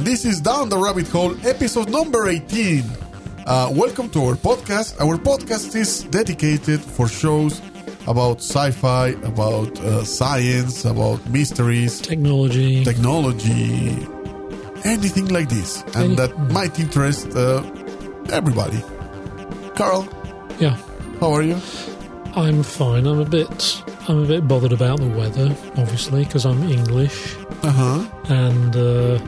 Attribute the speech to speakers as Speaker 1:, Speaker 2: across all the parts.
Speaker 1: This is Down the Rabbit Hole, episode number 18. Uh, welcome to our podcast. Our podcast is dedicated for shows about sci-fi, about uh, science, about mysteries,
Speaker 2: Technology.
Speaker 1: technology, anything like this, and that might interest uh, everybody. Carl,
Speaker 2: yeah,
Speaker 1: how are you?
Speaker 2: I'm fine. I'm a bit. I'm a bit bothered about the weather, obviously, because I'm English,
Speaker 1: Uh huh.
Speaker 2: and uh,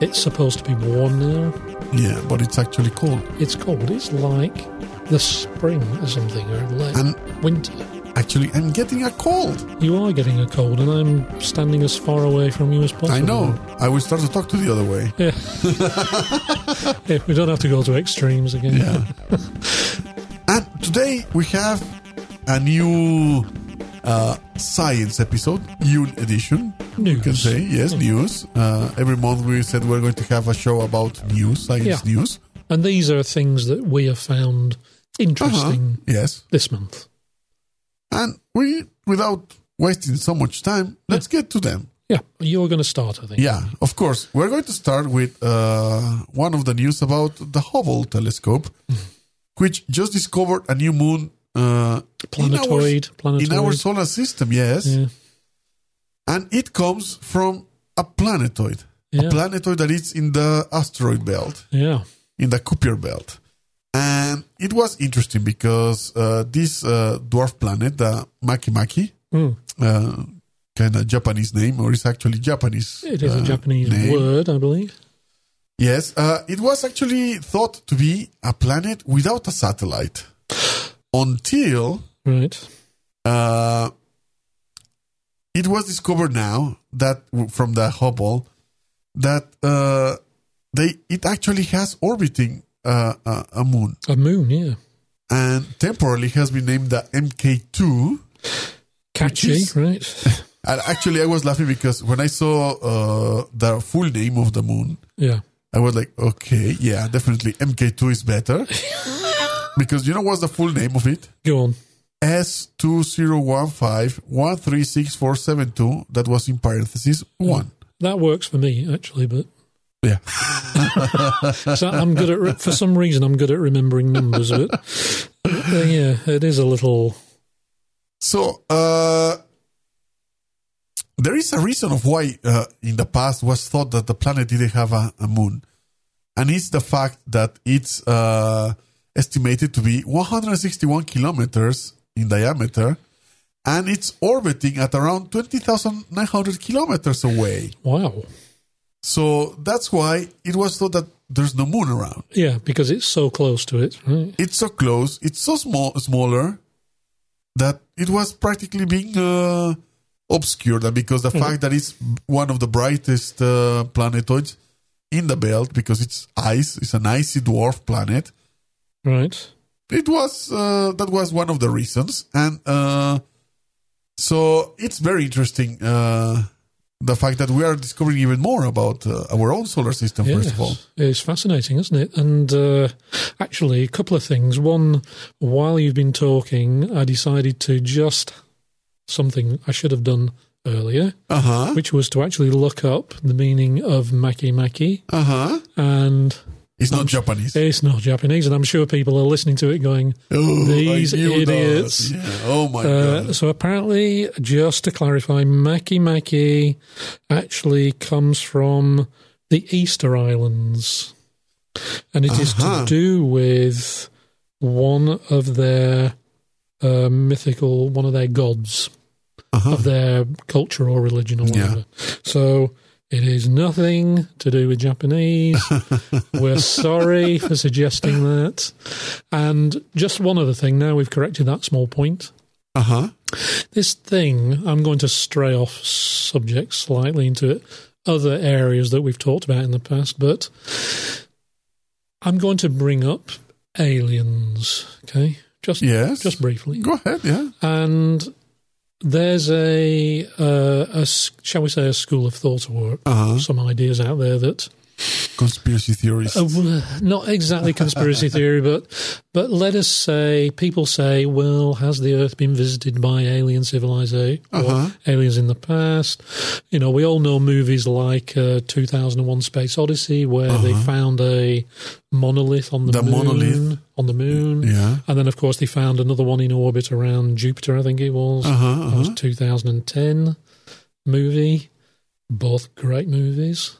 Speaker 2: it's supposed to be warm now.
Speaker 1: Yeah, but it's actually cold.
Speaker 2: It's cold. It's like the spring or something, or like
Speaker 1: And
Speaker 2: winter.
Speaker 1: actually, I'm getting a cold.
Speaker 2: You are getting a cold, and I'm standing as far away from you as possible.
Speaker 1: I know. I will start to talk to the other way.
Speaker 2: Yeah. yeah we don't have to go to extremes again.
Speaker 1: Yeah. and today we have a new uh, science episode, Yule edition. You can
Speaker 2: News.
Speaker 1: say yes, news. Uh, every month we said we're going to have a show about news, science
Speaker 2: Yeah. Uh-huh.
Speaker 1: news.
Speaker 2: And these are things that we have found interesting
Speaker 1: Yes,
Speaker 2: this month.
Speaker 1: and we without wasting so much time, let's get to them.
Speaker 2: Yeah, you're going to start, I think.
Speaker 1: Yeah, of course. We're going to start with uh, one of the news about the Hubble telescope,
Speaker 2: Mm-hmm.
Speaker 1: which just discovered a new moon. Uh, in our-
Speaker 2: Planetoid. planetoid.
Speaker 1: in our solar system, yes.
Speaker 2: Yeah.
Speaker 1: And it comes from a planetoid. A
Speaker 2: Yeah.
Speaker 1: planetoid that is in the asteroid belt,
Speaker 2: yeah.
Speaker 1: in the Kuiper belt. And it was interesting because uh, this uh, dwarf planet, the Makimaki,
Speaker 2: Mm.
Speaker 1: uh, kind of Japanese name, or it's actually Japanese.
Speaker 2: It is
Speaker 1: uh,
Speaker 2: a Japanese
Speaker 1: name.
Speaker 2: word, I believe.
Speaker 1: Yes, uh, it was actually thought to be a planet without a satellite until
Speaker 2: Right.
Speaker 1: Uh, it was discovered now that from the Hubble that uh, they it actually has orbiting uh, a, a moon
Speaker 2: A moon, yeah.
Speaker 1: and temporarily has been named the MK2.
Speaker 2: Catchy,
Speaker 1: is-
Speaker 2: right?
Speaker 1: And actually, I was laughing because when I saw uh, the full name of the moon,
Speaker 2: yeah.
Speaker 1: I was like, okay, yeah, definitely MK2 is better. because you know what's the full name of it?
Speaker 2: Go on.
Speaker 1: S two zero one five one three six four seven two. That was in parentheses one.
Speaker 2: That works for me, actually, but
Speaker 1: Yeah,
Speaker 2: so I'm good at, re- for some reason, I'm good at remembering numbers, but uh, yeah, it is a little,
Speaker 1: So uh, there is a reason of why uh, in the past was thought that the planet didn't have a, a moon, and it's the fact that it's uh, estimated to be 161 kilometers in diameter, and it's orbiting at around 20,900 kilometers away.
Speaker 2: wow.
Speaker 1: So that's why it was thought that there's no moon around.
Speaker 2: Yeah, because it's so close to it, right?
Speaker 1: It's so close. It's so small, smaller that it was practically being uh, obscured. And because the fact that it's one of the brightest uh, planetoids in the belt, because it's ice, it's an icy dwarf planet.
Speaker 2: Right.
Speaker 1: It was uh, that was one of the reasons, and uh, so it's very interesting uh, the fact that we are discovering even more about uh, our own solar system. First of all,
Speaker 2: It's fascinating, isn't it? And uh, actually, a couple of things. One, while you've been talking, I decided to just something I should have done earlier,
Speaker 1: uh huh,
Speaker 2: which was to actually look up the meaning of maki maki.
Speaker 1: uh huh.
Speaker 2: And
Speaker 1: It's not Japanese.
Speaker 2: it's not Japanese, and I'm sure people are listening to it going.
Speaker 1: Oh,
Speaker 2: These
Speaker 1: I knew that.
Speaker 2: idiots.
Speaker 1: Yeah. Oh my
Speaker 2: Uh,
Speaker 1: god.
Speaker 2: so apparently, just to clarify, maki maki actually comes from the Easter Islands, and it is
Speaker 1: Uh-huh.
Speaker 2: to do with one of their uh, mythical, one of their gods
Speaker 1: Uh-huh.
Speaker 2: of their culture or religion or
Speaker 1: Yeah.
Speaker 2: whatever. So. It is nothing to do with Japanese. We're sorry for suggesting that. And just one other thing now we've corrected that small point
Speaker 1: Uh huh.
Speaker 2: this thing i'm going to stray off subject slightly into it, other areas that we've talked about in the past but i'm going to bring up aliens okay just
Speaker 1: Yes.
Speaker 2: just briefly
Speaker 1: Go ahead. Yeah.
Speaker 2: and there's a, uh, a s- shall we say a school of thought or
Speaker 1: Uh huh.
Speaker 2: some ideas out there that
Speaker 1: conspiracy theories.
Speaker 2: Uh, well, not exactly conspiracy theory, but but let us say people say, well, has the Earth been visited by alien civilization or
Speaker 1: Uh-huh.
Speaker 2: aliens in the past? You know, we all know movies like uh, 2001: Space Odyssey, where they found a monolith on the,
Speaker 1: Uh-huh. The
Speaker 2: moon,
Speaker 1: monolith.
Speaker 2: on the moon,
Speaker 1: Yeah.
Speaker 2: and then of course they found another one in orbit around Jupiter, I think it was.
Speaker 1: Uh-huh,
Speaker 2: That was
Speaker 1: uh-huh.
Speaker 2: 2010 movie. Both great movies.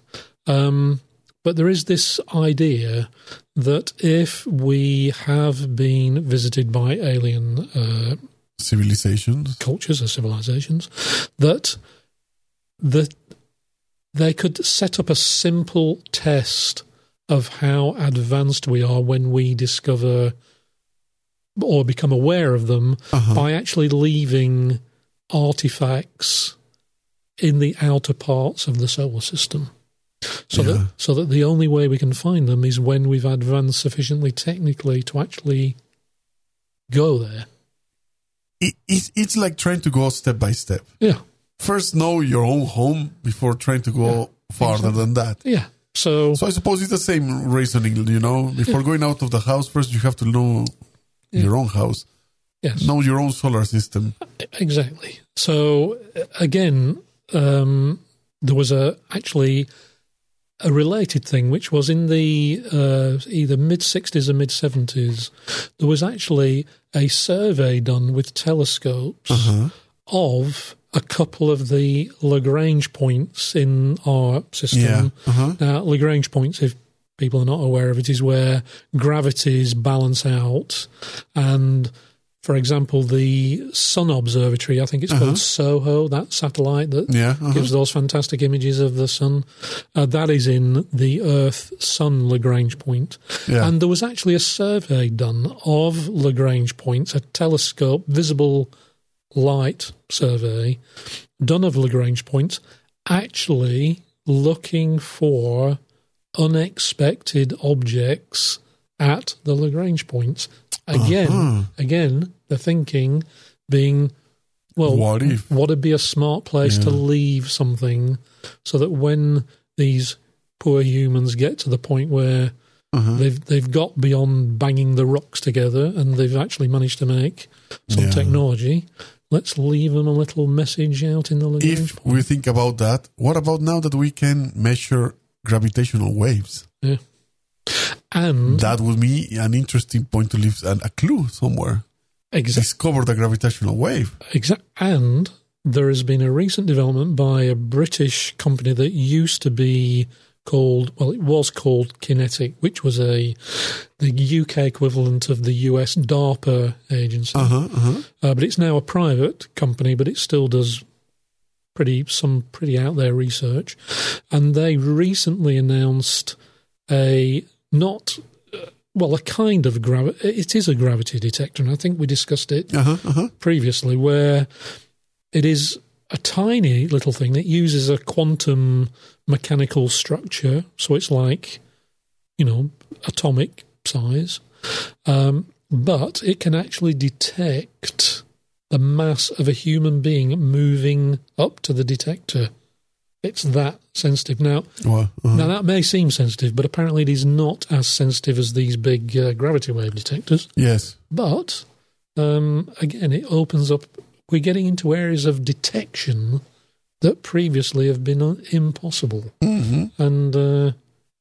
Speaker 2: Um, but there is this idea that if we have been visited by alien uh,
Speaker 1: Civilizations.
Speaker 2: cultures or civilizations, that that they could set up a simple test of how advanced we are when we discover or become aware of them
Speaker 1: Uh-huh.
Speaker 2: by actually leaving artifacts in the outer parts of the solar system. So
Speaker 1: Yeah.
Speaker 2: that so that the only way we can find them is when we've advanced sufficiently technically to actually go there.
Speaker 1: It, it, it's like trying to go step by step.
Speaker 2: Yeah.
Speaker 1: First, know your own home before trying to go farther than that.
Speaker 2: Yeah. So,
Speaker 1: So I suppose it's the same reasoning, you know. Before going out of the house, first you have to know your own house,
Speaker 2: yes.
Speaker 1: know your own solar system.
Speaker 2: Exactly. So uh, again, um, there was a actually a related thing, which was in the uh, either mid '60s or mid '70s. There was actually a survey done with telescopes of a couple of the Lagrange points in our system.
Speaker 1: Yeah. Uh-huh.
Speaker 2: Now, Uh, Lagrange points, if people are not aware of it, is where gravities balance out. And for example, the Sun Observatory, I think it's called SOHO, that satellite that
Speaker 1: Uh-huh. Yeah. Uh-huh.
Speaker 2: gives those fantastic images of the sun, uh, that is in the Earth Sun Lagrange point.
Speaker 1: Yeah.
Speaker 2: And there was actually a survey done of Lagrange points, a telescope visible light survey done of Lagrange points, actually looking for unexpected objects at the Lagrange points.
Speaker 1: Uh-huh.
Speaker 2: Again, again, the thinking being, well,
Speaker 1: What if?
Speaker 2: what would be a smart place to leave something so that when these poor humans get to the point where
Speaker 1: Uh-huh.
Speaker 2: they've they've got beyond banging the rocks together and they've actually managed to make some
Speaker 1: Yeah.
Speaker 2: technology, let's leave them a little message out in the
Speaker 1: If
Speaker 2: Lagrange.
Speaker 1: we think about that, what about now that we can measure gravitational waves?
Speaker 2: Yeah. And
Speaker 1: That would be an interesting point to leave and a clue somewhere.
Speaker 2: exactly.
Speaker 1: Discover the gravitational wave.
Speaker 2: Exact. And there has been a recent development by a British company that used to be called, well, it was called Kinetic, which was a the UK equivalent of the US DARPA agency.
Speaker 1: Uh huh. Uh-huh.
Speaker 2: Uh, but it's now a private company, but it still does pretty some pretty out there research. And they recently announced a not. uh, Well, a kind of gravity. It is a gravity detector, and I think we discussed it
Speaker 1: Uh huh. Uh-huh.
Speaker 2: previously, where it is a tiny little thing that uses a quantum mechanical structure. So it's like, you know, atomic size. Um, but it can actually detect the mass of a human being moving up to the detector. It's that sensitive. Now,
Speaker 1: Well, uh-huh.
Speaker 2: now that may seem sensitive, but apparently it is not as sensitive as these big uh, gravity wave detectors.
Speaker 1: Yes.
Speaker 2: But um, again, it opens up. We're getting into areas of detection that previously have been un- impossible,
Speaker 1: Mm-hmm.
Speaker 2: and uh,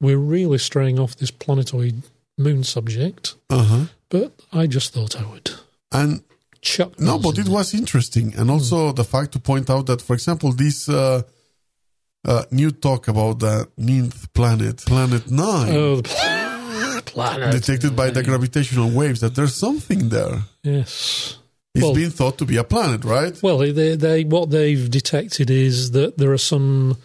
Speaker 2: we're really straying off this planetoid moon subject.
Speaker 1: Uh huh.
Speaker 2: But I just thought I would
Speaker 1: And
Speaker 2: chuck.
Speaker 1: No,
Speaker 2: those
Speaker 1: but
Speaker 2: in
Speaker 1: it
Speaker 2: there.
Speaker 1: was interesting, and also the fact to point out that, for example, this uh, uh, new talk about the ninth planet, Planet Nine,
Speaker 2: oh the pl- planet
Speaker 1: detected by the gravitational waves, that there's something there.
Speaker 2: Yes.
Speaker 1: It's
Speaker 2: Well-
Speaker 1: been thought to be a planet, right?
Speaker 2: Well, they, they what they've detected is that there are some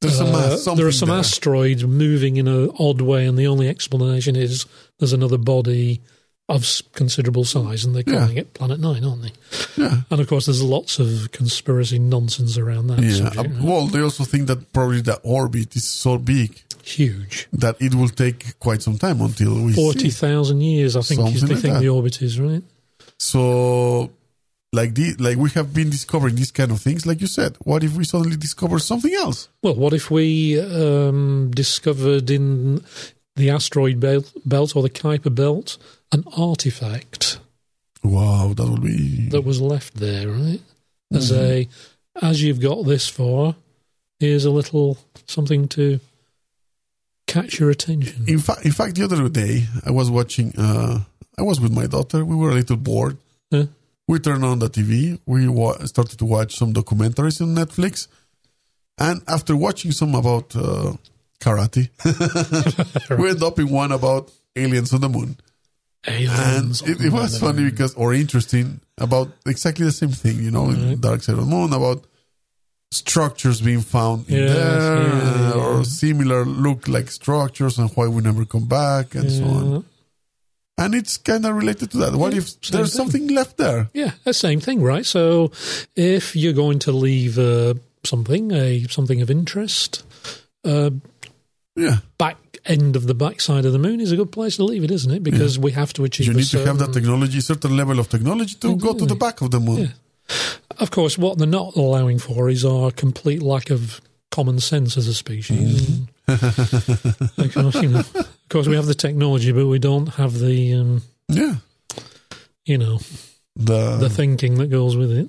Speaker 1: There's some
Speaker 2: Uh,
Speaker 1: something
Speaker 2: there are some asteroids moving in an odd way, and the only explanation is there's another body of s- considerable size, and they're
Speaker 1: Yeah.
Speaker 2: calling it Planet Nine, aren't they?
Speaker 1: Yeah.
Speaker 2: And of course, there's lots of conspiracy nonsense around that
Speaker 1: Yeah.
Speaker 2: subject.
Speaker 1: Uh, Well, they also think that probably the orbit is so big
Speaker 2: Huge,
Speaker 1: that it will take quite some time until we
Speaker 2: forty
Speaker 1: see.
Speaker 2: thousand years, I think, is
Speaker 1: Something
Speaker 2: the
Speaker 1: like
Speaker 2: thing
Speaker 1: that.
Speaker 2: the orbit is, right?
Speaker 1: So like the like we have been discovering these kind of things like you said what if we suddenly discover something else
Speaker 2: Well, what if we um, discovered in the asteroid belt, belt or the Kuiper belt an artifact
Speaker 1: wow that would be
Speaker 2: that was left there, right? As a, as you've got this for, here's a little something to catch your attention.
Speaker 1: in fact in fact the other day i was watching uh i was with my daughter we were a little bored
Speaker 2: Huh?
Speaker 1: we turned on the tv we wa- started to watch some documentaries on netflix and after watching some about uh, karate we end up in one about aliens on the moon and
Speaker 2: Aliens.
Speaker 1: it, it was funny because or interesting about exactly the same thing you know in
Speaker 2: Mm-hmm.
Speaker 1: dark side of the moon about structures being found in
Speaker 2: Yes,
Speaker 1: there
Speaker 2: yeah,
Speaker 1: uh, or
Speaker 2: yeah.
Speaker 1: similar look like structures and why we never come back and so on and it's kind of related to that what
Speaker 2: Yeah,
Speaker 1: if
Speaker 2: same
Speaker 1: there's
Speaker 2: thing.
Speaker 1: something left there
Speaker 2: Yeah, the same thing, right? So, if you're going to leave uh, something, a something of interest, uh,
Speaker 1: yeah
Speaker 2: back end of the backside of the moon is a good place to leave it, isn't it? um, Mm-hmm. Because we have to achieve.
Speaker 1: you
Speaker 2: a
Speaker 1: need to have that
Speaker 2: certain-
Speaker 1: technology certain level of technology to go to the back of the moon
Speaker 2: Yeah. Of course, what they're not allowing for is our complete lack of common sense as a species. of, course, you know, of course, we have the technology, but we don't have the um,
Speaker 1: yeah
Speaker 2: you know
Speaker 1: the,
Speaker 2: the thinking that goes with it.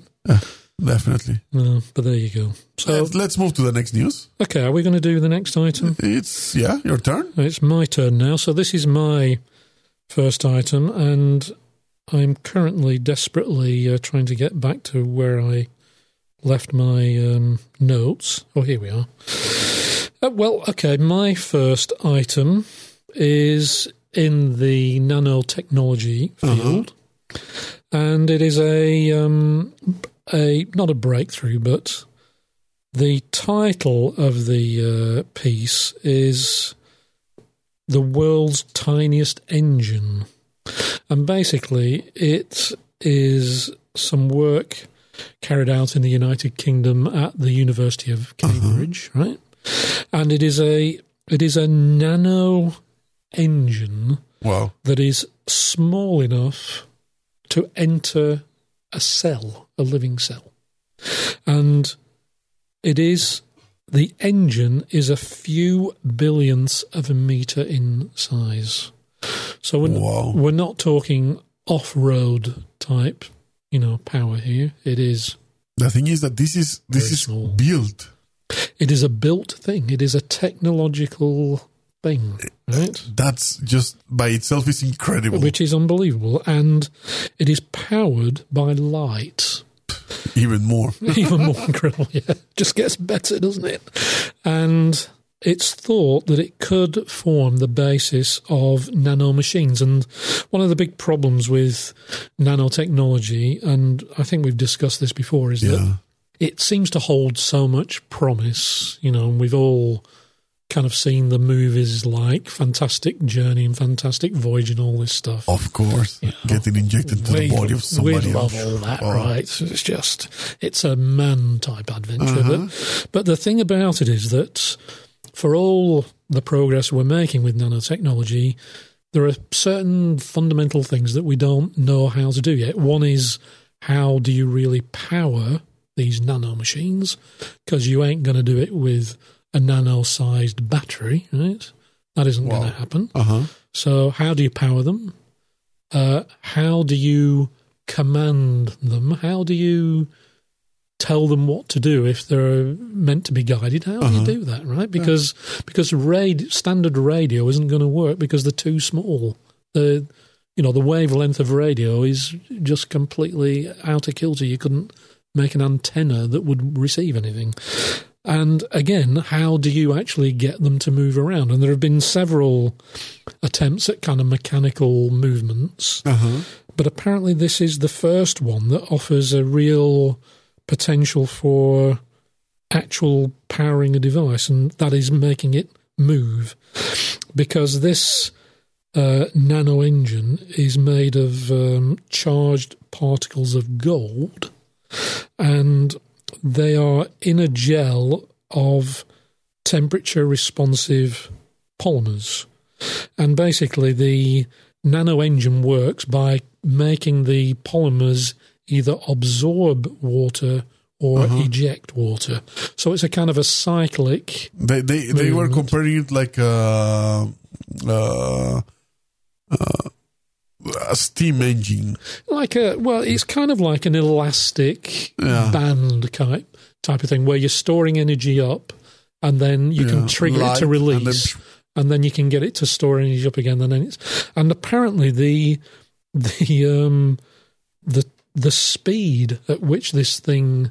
Speaker 1: definitely
Speaker 2: No, but there you go. So,
Speaker 1: let's, let's move to the next news
Speaker 2: okay, are we going to do the next item?
Speaker 1: it's yeah your turn
Speaker 2: It's my turn now. So this is my first item, and I'm currently desperately uh, trying to get back to where I left my um, notes. Oh, here we are. Uh, well, okay, my first item is in the nanotechnology field, and it is a um, a not a breakthrough, but the title of the uh, piece is the world's tiniest engine. And basically, it is some work carried out in the United Kingdom at the University of Cambridge, right? And it is a it is a nano engine
Speaker 1: wow
Speaker 2: that is small enough to enter a cell, a living cell. And it is the engine is a few billionths of a meter in size. So we're,
Speaker 1: Wow.
Speaker 2: we're not talking off road type, you know, power here. It is
Speaker 1: the thing is that this is this
Speaker 2: Very
Speaker 1: is
Speaker 2: small.
Speaker 1: built
Speaker 2: it is a built thing. It is a technological thing, right?
Speaker 1: that's just by itself is incredible.
Speaker 2: Which is unbelievable, and it is powered by light.
Speaker 1: Even more.
Speaker 2: even more incredible. Yeah, just gets better, doesn't it? And it's thought that it could form the basis of nanomachines. And one of the big problems with nanotechnology, and I think we've discussed this before, is that
Speaker 1: Yeah.
Speaker 2: it seems to hold so much promise. You know, and we've all kind of seen the movies like Fantastic Journey and Fantastic Voyage and all this stuff
Speaker 1: Of course. Getting injected into the body of somebody
Speaker 2: we love
Speaker 1: else.
Speaker 2: all that,
Speaker 1: Oh.
Speaker 2: right? It's just it's a man type adventure.
Speaker 1: Uh-huh.
Speaker 2: But but the thing about it is that for all the progress we're making with nanotechnology, there are certain fundamental things that we don't know how to do yet. One is how do you really power these nano machines? Because you ain't going to do it with a nano sized battery, right? That isn't going to happen.
Speaker 1: Uh-huh.
Speaker 2: So, how do you power them? Uh, how do you command them? How do you tell them what to do if they're meant to be guided? How do you do that, right? Because because rad- standard radio isn't going to work because they're too small. The you know the wavelength of radio is just completely out of kilter. You couldn't make an antenna that would receive anything. And again, how do you actually get them to move around? And there have been several attempts at kind of mechanical movements.
Speaker 1: Uh-huh.
Speaker 2: But apparently, this is the first one that offers a real potential for actual powering a device, and that is making it move. Because this uh, nano engine is made of um, charged particles of gold, and they are in a gel of temperature responsive polymers. And basically, the nano engine works by making the polymers either absorb water or
Speaker 1: Uh-huh.
Speaker 2: eject water. So it's a kind of a cyclic.
Speaker 1: They they, they were
Speaker 2: Movement.
Speaker 1: comparing it like a, uh a steam engine.
Speaker 2: like a well, it's kind of like an elastic
Speaker 1: Yeah.
Speaker 2: band type type of thing where you're storing energy up, and then you
Speaker 1: Yeah,
Speaker 2: can trigger it
Speaker 1: light,
Speaker 2: to
Speaker 1: and
Speaker 2: release, and
Speaker 1: then-
Speaker 2: then, you can get it to store energy up again. And then it's and apparently the the um the the speed at which this thing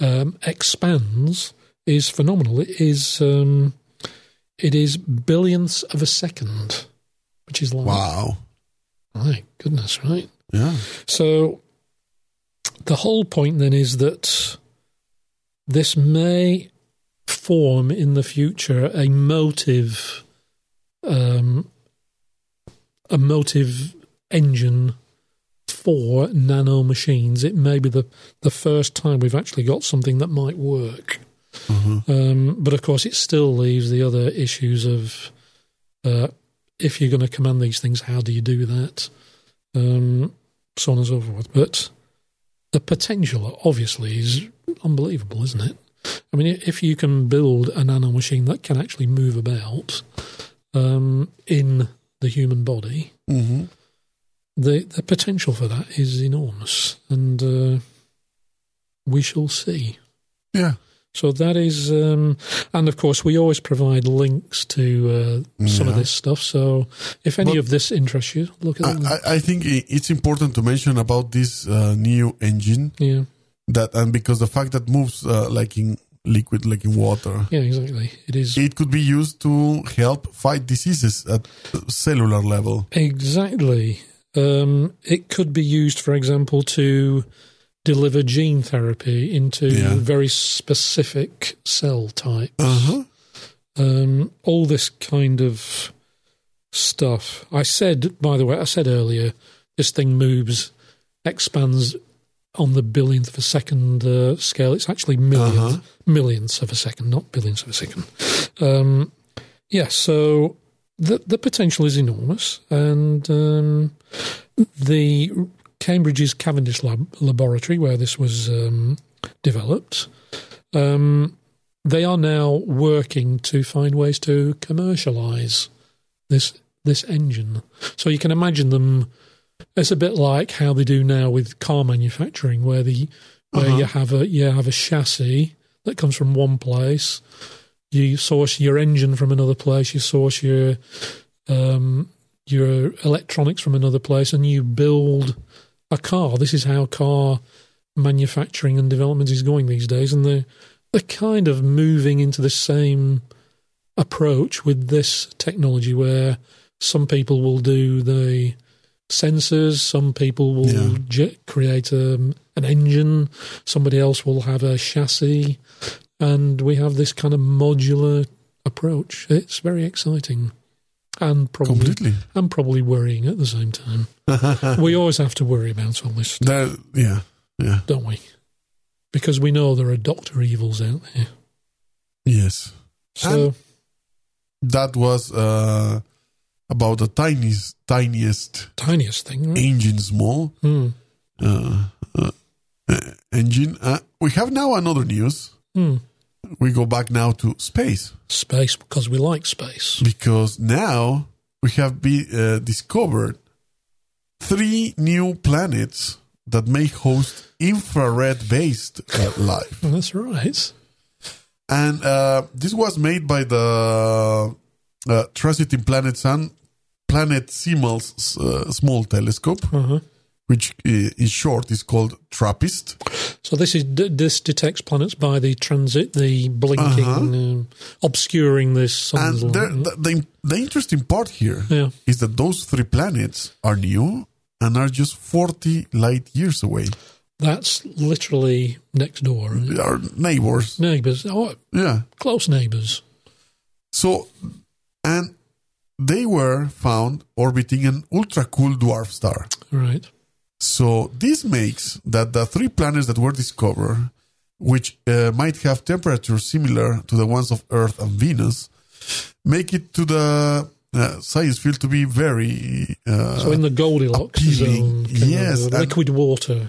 Speaker 2: um, expands is phenomenal. It is um, it is billionths of a second, which is like
Speaker 1: Wow.
Speaker 2: my goodness, right?
Speaker 1: Yeah.
Speaker 2: So the whole point then is that this may form in the future a motive, um, a motive engine for nano machines. It may be the the first time we've actually got something that might work. Um, but of course, it still leaves the other issues of uh, if you're going to command these things, how do you do that? Um, so on and so forth. But the potential, obviously, is unbelievable, isn't it? I mean, if you can build a nano machine that can actually move about um, in the human body,
Speaker 1: hmm
Speaker 2: the the potential for that is enormous, and uh, we shall see.
Speaker 1: Yeah.
Speaker 2: So that is, um, and of course, we always provide links to uh, some of
Speaker 1: Yeah.
Speaker 2: this stuff. So if any
Speaker 1: But-
Speaker 2: of this interests you, look at
Speaker 1: I,
Speaker 2: them.
Speaker 1: I- I think i- it's important to mention about this uh, new engine
Speaker 2: yeah,
Speaker 1: that, and because the fact that moves uh, like in liquid, like in water,
Speaker 2: yeah, exactly. It is
Speaker 1: it could be used to help fight diseases at cellular level.
Speaker 2: Exactly. Um, it could be used, for example, to deliver gene therapy into
Speaker 1: Yeah.
Speaker 2: very specific cell type.
Speaker 1: Uh-huh.
Speaker 2: Um, all this kind of stuff. I said, by the way, I said earlier, this thing moves, expands on the billionth of a second uh, scale. It's actually 1000000th
Speaker 1: Uh-huh.
Speaker 2: millionths of a second, not billionths of a second. Um, yeah, so the the potential is enormous, and um, the Cambridge's Cavendish lab, laboratory where this was um, developed, um, they are now working to find ways to commercialise this this engine. So you can imagine them. It's a bit like how they do now with car manufacturing, where the where
Speaker 1: Uh-huh.
Speaker 2: you have a you have a chassis that comes from one place. You source your engine from another place. You source your um, your electronics from another place, and you build a car. This is how car manufacturing and development is going these days, and they're they're kind of moving into the same approach with this technology, where some people will do the sensors, some people will
Speaker 1: Yeah.
Speaker 2: ge- create um an engine, somebody else will have a chassis, and we have this kind of modular approach. It's very exciting. And probably
Speaker 1: Completely.
Speaker 2: and probably worrying at the same time. we always have to worry about all this,
Speaker 1: There, yeah. Yeah.
Speaker 2: don't we? Because we know there are doctor evils out there.
Speaker 1: Yes.
Speaker 2: So
Speaker 1: That was uh, about the tiniest, tiniest
Speaker 2: tiniest thing, right?
Speaker 1: engine small
Speaker 2: Hmm.
Speaker 1: uh, uh, uh, engine. Uh, we have now another news.
Speaker 2: Hmm.
Speaker 1: We go back now to space
Speaker 2: Space because we like space.
Speaker 1: because now we have be, uh, discovered three new planets that may host infrared-based uh, life.
Speaker 2: Well, Oh, that's right.
Speaker 1: And uh, this was made by the uh, Transiting Planets and Planetesimals uh, Small Telescope,
Speaker 2: Uh-huh.
Speaker 1: which uh, in short is called TRAPPIST.
Speaker 2: So this is d- this detects planets by the transit, the blinking,
Speaker 1: Uh-huh.
Speaker 2: um, obscuring this
Speaker 1: And
Speaker 2: sun's
Speaker 1: there,
Speaker 2: light.
Speaker 1: the, the, the interesting part here is
Speaker 2: Yeah.
Speaker 1: that those three planets are new and are just 40 light years away.
Speaker 2: That's literally next door. isn't it?
Speaker 1: They are neighbors.
Speaker 2: Neighbours, oh,
Speaker 1: Yeah.
Speaker 2: close neighbours.
Speaker 1: So, and they were found orbiting an ultra cool dwarf star.
Speaker 2: Right.
Speaker 1: So, this makes that the three planets that were discovered, which uh, might have temperatures similar to the ones of Earth and Venus, make it to the uh, science field to be very. Uh,
Speaker 2: So in the Goldilocks
Speaker 1: appealing.
Speaker 2: zone, kind of
Speaker 1: Yes,
Speaker 2: uh,
Speaker 1: and-
Speaker 2: liquid water.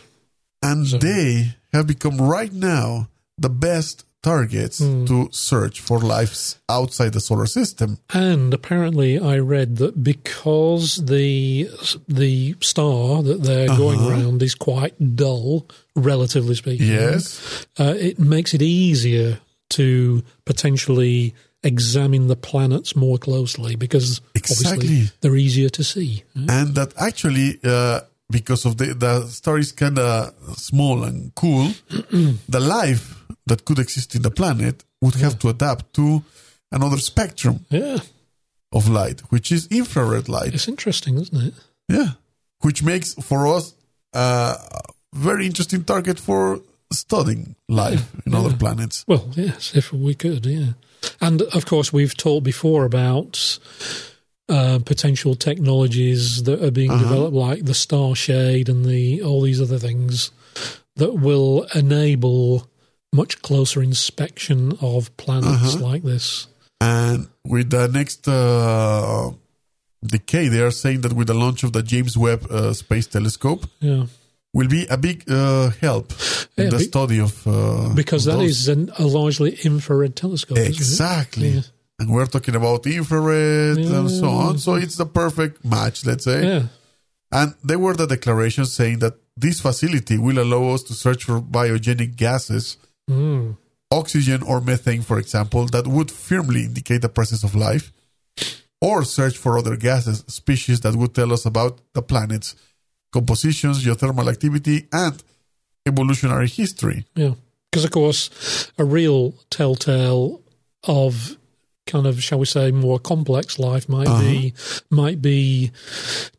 Speaker 1: and
Speaker 2: So-
Speaker 1: they have become right now the best targets to search for lives outside the solar system.
Speaker 2: And apparently, I read that because the the star that they're
Speaker 1: Uh-huh.
Speaker 2: going around is quite dull, relatively speaking.
Speaker 1: Yes.
Speaker 2: uh, it makes it easier to potentially examine the planets more closely because
Speaker 1: Exactly.
Speaker 2: obviously they're easier to see.
Speaker 1: And that actually, uh, because of the, the star is kind of small and cool, the life that could exist in the planet would have to adapt to another spectrum
Speaker 2: Yeah,
Speaker 1: of light, which is infrared light.
Speaker 2: it's interesting, isn't it?
Speaker 1: Yeah, which makes for us uh, a very interesting target for studying life in other planets.
Speaker 2: Well, yes, if we could, yeah. And of course, we've talked before about uh, potential technologies that are being developed, like the star shade and the all these other things that will enable much closer inspection of planets like this.
Speaker 1: And with the next uh, decade, they are saying that with the launch of the James Webb uh, Space Telescope,
Speaker 2: Yeah.
Speaker 1: will be a big uh, help in
Speaker 2: Yeah,
Speaker 1: the
Speaker 2: be-
Speaker 1: study of uh,
Speaker 2: Because
Speaker 1: of
Speaker 2: that
Speaker 1: those.
Speaker 2: is an, a largely infrared telescope. isn't it?
Speaker 1: exactly.
Speaker 2: Yeah.
Speaker 1: And we're talking about infrared and so
Speaker 2: Yeah.
Speaker 1: on. So it's the perfect match, let's say.
Speaker 2: Yeah.
Speaker 1: And they were the declaration saying that this facility will allow us to search for biogenic gases,
Speaker 2: Mm.
Speaker 1: oxygen or methane, for example, that would firmly indicate the presence of life, or search for other gases, species that would tell us about the planet's compositions, geothermal activity, and evolutionary history.
Speaker 2: Yeah. Because, of course, a real telltale of kind of, shall we say, more complex life might be
Speaker 1: Uh-huh.
Speaker 2: might be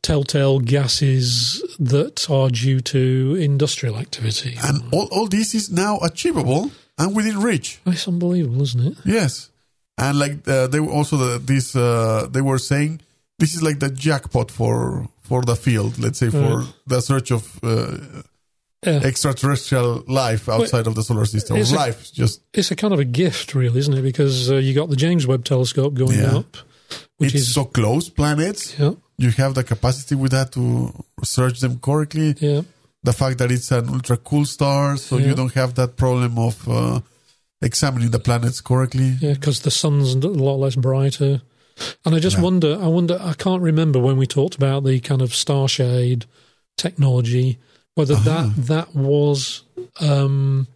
Speaker 2: telltale gases that are due to industrial activity.
Speaker 1: And all, all this is now achievable and within reach.
Speaker 2: It's unbelievable, isn't it?
Speaker 1: Yes, and like uh, they were also the, this uh, they were saying this is like the jackpot for for the field. Let's say for
Speaker 2: Right.
Speaker 1: the search of uh,
Speaker 2: Mm. Yeah.
Speaker 1: extraterrestrial life outside of the solar system.
Speaker 2: it's a-
Speaker 1: life, just
Speaker 2: It's a kind of a gift, really, isn't it? Because uh, you got the James Webb Telescope going
Speaker 1: Yeah.
Speaker 2: up, which
Speaker 1: it's
Speaker 2: is
Speaker 1: so close planets.
Speaker 2: yeah,
Speaker 1: You have the capacity with that to search them correctly.
Speaker 2: yeah,
Speaker 1: The fact that it's an ultra cool star, so you
Speaker 2: Yeah.
Speaker 1: don't have that problem of uh, examining the planets correctly.
Speaker 2: Yeah, because the sun's a lot less brighter. And I just wonder, I wonder, I can't remember when we talked about the kind of star shade technology, whether that that was um,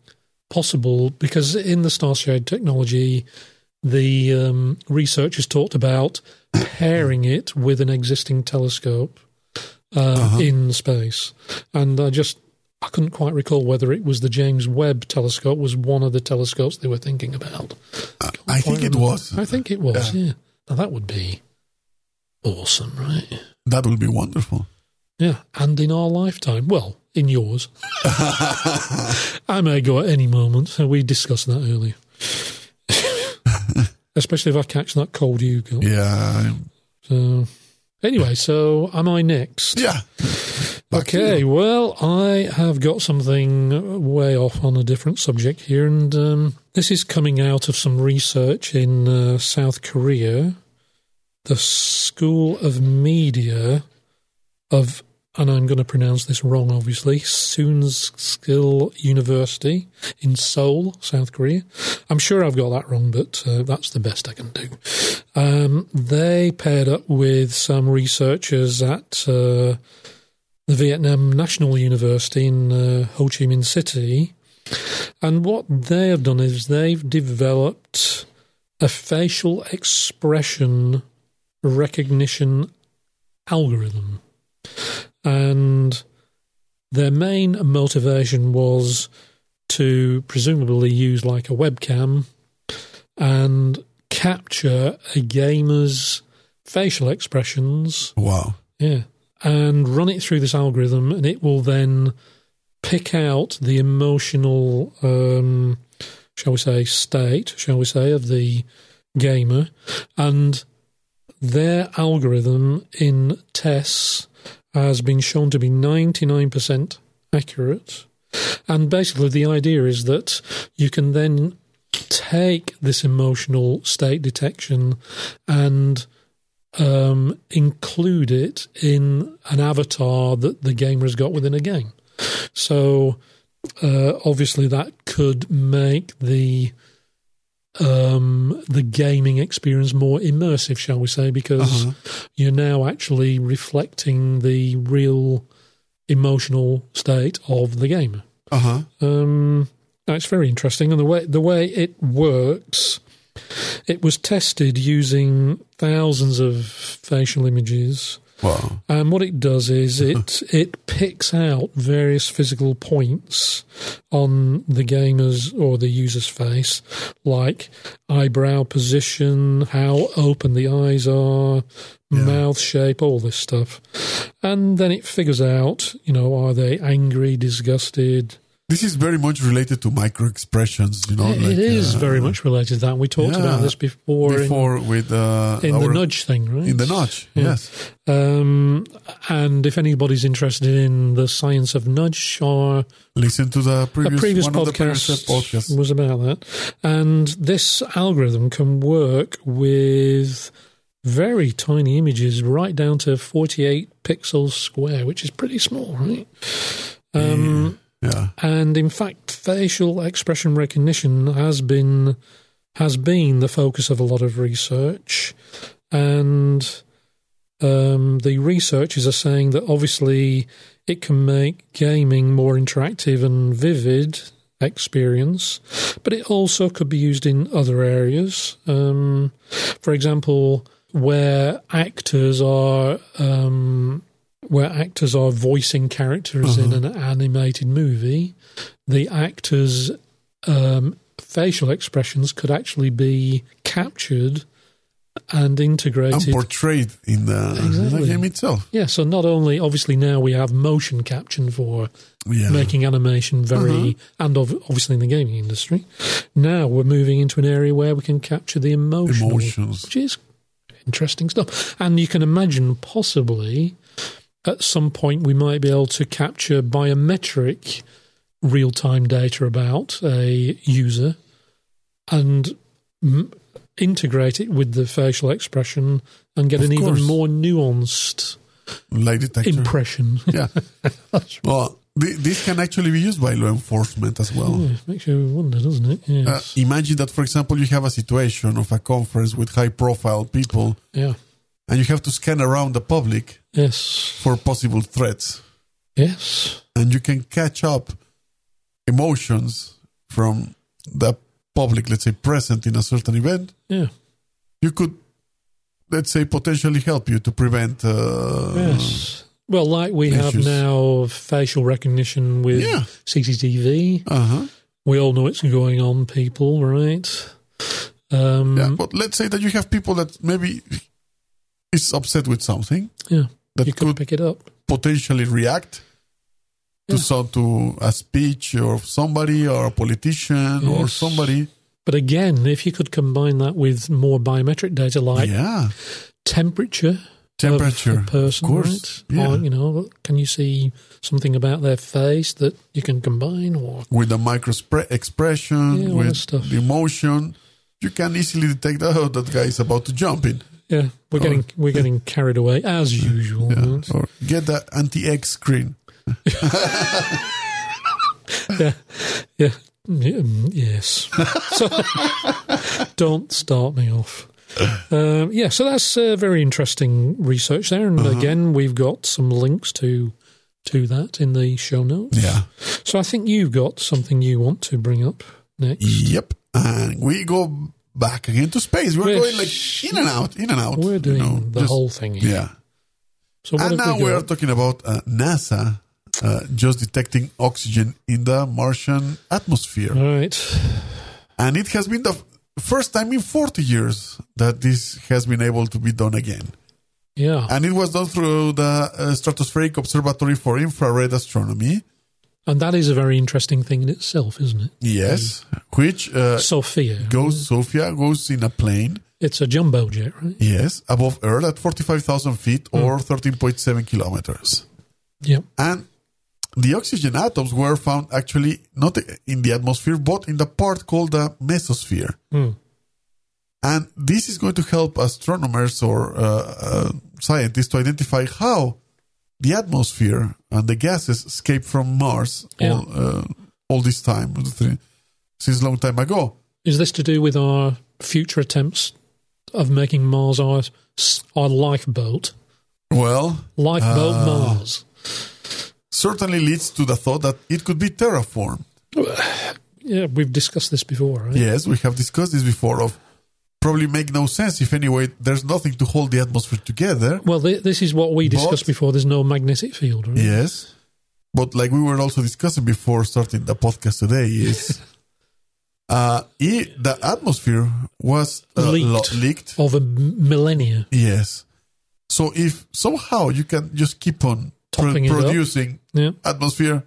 Speaker 2: possible because in the star shade technology, the um, researchers talked about pairing it with an existing telescope uh, in space, and I just. I couldn't quite recall whether it was the James Webb telescope was one of the telescopes they were thinking about.
Speaker 1: I think it was.
Speaker 2: I think it was. Yeah. Now that would be awesome, right?
Speaker 1: That would be wonderful.
Speaker 2: Yeah. And in our lifetime, well, in yours, I may go at any moment. So we discussed that earlier. Especially if I catch that cold you got.
Speaker 1: Yeah,
Speaker 2: So, anyway, so am I next?
Speaker 1: yeah. Back to
Speaker 2: Okay, well, I have got something way off on a different subject here, and um, this is coming out of some research in uh, South Korea. The School of Media of, and I'm going to pronounce this wrong, obviously, Soonskill University in Seoul, South Korea. I'm sure I've got that wrong, but uh, that's the best I can do. Um, they paired up with some researchers at. Uh, the Vietnam National University in uh, Ho Chi Minh City. And what they have done is they've developed a facial expression recognition algorithm. And their main motivation was to presumably use like a webcam and capture a gamer's facial expressions
Speaker 1: Wow.
Speaker 2: yeah. And run it through this algorithm, and it will then pick out the emotional, um, shall we say, state, shall we say, of the gamer. And their algorithm in tests has been shown to be 99% accurate. And basically, the idea is that you can then take this emotional state detection and um, include it in an avatar that the gamer has got within a game. So uh, obviously that could make the um, the gaming experience more immersive, shall we say, because you're now actually reflecting the real emotional state of the gamer.
Speaker 1: Uh huh.
Speaker 2: Um, that's very interesting, and the way the way it works, it was tested using thousands of facial images,
Speaker 1: Wow.
Speaker 2: and what it does is it it picks out various physical points on the gamer's or the user's face, like eyebrow position, how open the eyes are,
Speaker 1: Yeah.
Speaker 2: mouth shape, all this stuff, and then it figures out, you know, are they angry, disgusted.
Speaker 1: This is very much related to micro expressions, you know.
Speaker 2: It-
Speaker 1: like,
Speaker 2: it is
Speaker 1: uh,
Speaker 2: very much related to that. We talked
Speaker 1: Yeah.
Speaker 2: about this before, in-
Speaker 1: before with uh,
Speaker 2: in,
Speaker 1: our-
Speaker 2: the nudge thing, right?
Speaker 1: In the notch,
Speaker 2: Yeah.
Speaker 1: yes.
Speaker 2: Um, and if anybody's interested in the science of nudge, or
Speaker 1: Listen to the
Speaker 2: a
Speaker 1: previous,
Speaker 2: previous
Speaker 1: one of the previous
Speaker 2: podcast,
Speaker 1: podcasts.
Speaker 2: was about that, and this algorithm can work with very tiny images, right down to forty-eight pixels square, which is pretty small, right?
Speaker 1: Mm.
Speaker 2: Um,
Speaker 1: Yeah.
Speaker 2: and in fact, facial expression recognition has been has been the focus of a lot of research, and um, the researchers are saying that obviously it can make gaming more interactive and vivid experience, but it also could be used in other areas. Um, for example, where actors are um, where actors are voicing characters in
Speaker 1: Uh-huh.
Speaker 2: an animated movie, the actors' um, facial expressions could actually be captured and
Speaker 1: And
Speaker 2: integrated.
Speaker 1: portrayed in the, in the
Speaker 2: Exactly.
Speaker 1: game itself.
Speaker 2: yeah, so not only obviously now we have motion caption for
Speaker 1: Yeah. Uh-huh.
Speaker 2: making animation very and ov- obviously in the gaming industry. Now we're moving into an area where we can capture the emotional,
Speaker 1: Emotions.
Speaker 2: which is interesting stuff. And you can imagine possibly at some point we might be able to capture biometric real time data about a user and m- integrate it with the facial expression and get
Speaker 1: Of
Speaker 2: an
Speaker 1: course.
Speaker 2: even more nuanced
Speaker 1: Lie detector.
Speaker 2: impression.
Speaker 1: yeah. Well, th- this can actually be used by law enforcement as well.
Speaker 2: Yeah, makes you wonder, doesn't it? Oh, Yes.
Speaker 1: Uh, imagine that, for example, you have a situation of a conference with high profile people
Speaker 2: yeah.
Speaker 1: and you have to scan around the public
Speaker 2: Yes.
Speaker 1: for possible threats.
Speaker 2: Yes.
Speaker 1: And you can catch up emotions from the public, let's say, present in a certain event.
Speaker 2: Yeah.
Speaker 1: You could, let's say, potentially help you to prevent. Uh,
Speaker 2: Yes. Well, like we have
Speaker 1: issues.
Speaker 2: now facial recognition with
Speaker 1: Yeah.
Speaker 2: CCTV.
Speaker 1: Uh huh.
Speaker 2: We all know it's going on, people, right? Um,
Speaker 1: Yeah, but let's say that you have people that maybe is upset with something
Speaker 2: yeah.
Speaker 1: that
Speaker 2: You
Speaker 1: could
Speaker 2: could pick it up.
Speaker 1: potentially react to
Speaker 2: Yeah.
Speaker 1: some to a speech or somebody or a politician or
Speaker 2: Yes.
Speaker 1: somebody.
Speaker 2: But again, if you could combine that with more biometric data like
Speaker 1: yeah,
Speaker 2: temperature,
Speaker 1: temperature,
Speaker 2: of a person,
Speaker 1: of course,
Speaker 2: right?
Speaker 1: yeah.
Speaker 2: Or, you know, can you see something about their face that you can combine or
Speaker 1: with the micro spre- expression,
Speaker 2: Yeah, all
Speaker 1: with
Speaker 2: that stuff.
Speaker 1: the emotion. You can easily detect oh that guy is about to jump in
Speaker 2: Yeah,
Speaker 1: Or-
Speaker 2: we're getting we're getting carried away as usual.
Speaker 1: Oh. yeah.
Speaker 2: right?
Speaker 1: or get the anti X screen.
Speaker 2: Yeah. Yeah, mm, Yes. so, don't start me off. Um, yeah, so that's uh, very interesting research there, and
Speaker 1: Uh-huh.
Speaker 2: again, we've got some links to to that in the show notes.
Speaker 1: Yeah.
Speaker 2: So I think you've got something you want to bring up next.
Speaker 1: Yep. And we go back again to space. We're
Speaker 2: We're-
Speaker 1: going like in and out, in and out.
Speaker 2: We're
Speaker 1: you
Speaker 2: doing
Speaker 1: know,
Speaker 2: the
Speaker 1: just-
Speaker 2: whole thing. Here.
Speaker 1: Yeah.
Speaker 2: So what
Speaker 1: and
Speaker 2: have
Speaker 1: now we
Speaker 2: we
Speaker 1: are
Speaker 2: got?
Speaker 1: talking about uh, NASA uh, just detecting oxygen in the Martian atmosphere.
Speaker 2: All right.
Speaker 1: And it has been the f- first time in 40 years that this has been able to be done again.
Speaker 2: Yeah,
Speaker 1: And it was done through the uh, Stratospheric Observatory for Infrared Astronomy.
Speaker 2: and that is a very interesting thing in itself, isn't it?
Speaker 1: Yes. Which uh,
Speaker 2: Sophia.
Speaker 1: goes, Sofia goes in a plane.
Speaker 2: It's a jumbo jet, right?
Speaker 1: Yes, Mm. above Earth at 45,000 feet or 13.7 kilometers.
Speaker 2: Yep.
Speaker 1: And the oxygen atoms were found actually not in the atmosphere, but in the part called the mesosphere. And this is going to help astronomers or uh, uh, scientists to identify how the atmosphere and the gases escape from Mars
Speaker 2: Yeah.
Speaker 1: or uh, all this time, the three- since long time ago.
Speaker 2: Is this to do with our future attempts of making Mars our s- our lifeboat,
Speaker 1: Well,
Speaker 2: lifeboat
Speaker 1: Ah.
Speaker 2: Mars?
Speaker 1: certainly leads to the thought that it could be terraformed.
Speaker 2: Yeah, we've discussed this before, right?
Speaker 1: Yes, we have discussed this before. Of probably make no sense if anyway there's nothing to hold the atmosphere together.
Speaker 2: Well, th- this is what we discussed
Speaker 1: But-
Speaker 2: before. There's no magnetic field, right?
Speaker 1: Yes, but like we were also discussing before starting the podcast today is. Uh, i the atmosphere was uh,
Speaker 2: Leaked.
Speaker 1: lo- leaked
Speaker 2: Of a m- millennia.
Speaker 1: Yes. So if somehow you can just keep on pro-
Speaker 2: Topping it up.
Speaker 1: producing
Speaker 2: Yeah,
Speaker 1: atmosphere,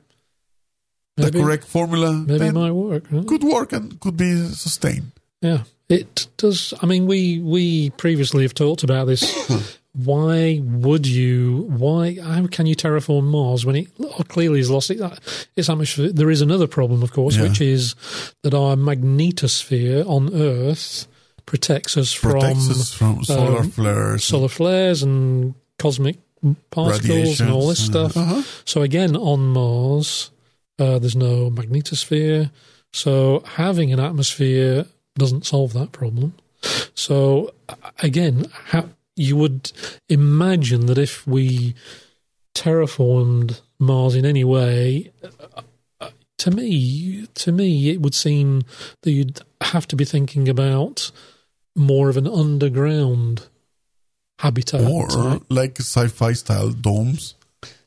Speaker 2: maybe,
Speaker 1: the correct formula,
Speaker 2: maybe it
Speaker 1: then
Speaker 2: might work. Right?
Speaker 1: could work and could be sustained.
Speaker 2: Yeah, it does. I mean, we we previously have talked about this. why would you? Why? How can you terraform Mars when it oh, clearly is lost? It, it's atmosphere. There is another problem, of course,
Speaker 1: Yeah.
Speaker 2: which is that our magnetosphere on Earth protects us
Speaker 1: Protects
Speaker 2: from
Speaker 1: us from solar flares,
Speaker 2: solar flares and cosmic particles
Speaker 1: radiation,
Speaker 2: and all this stuff.
Speaker 1: Uh-huh.
Speaker 2: So again, on Mars, uh, there's no magnetosphere. So having an atmosphere doesn't solve that problem. So a- again, ha- you would imagine that if we terraformed Mars in any way, uh, uh, to me, to me, it would seem that you'd have to be thinking about more of an underground habitat.
Speaker 1: Or
Speaker 2: right?
Speaker 1: like sci-fi style domes.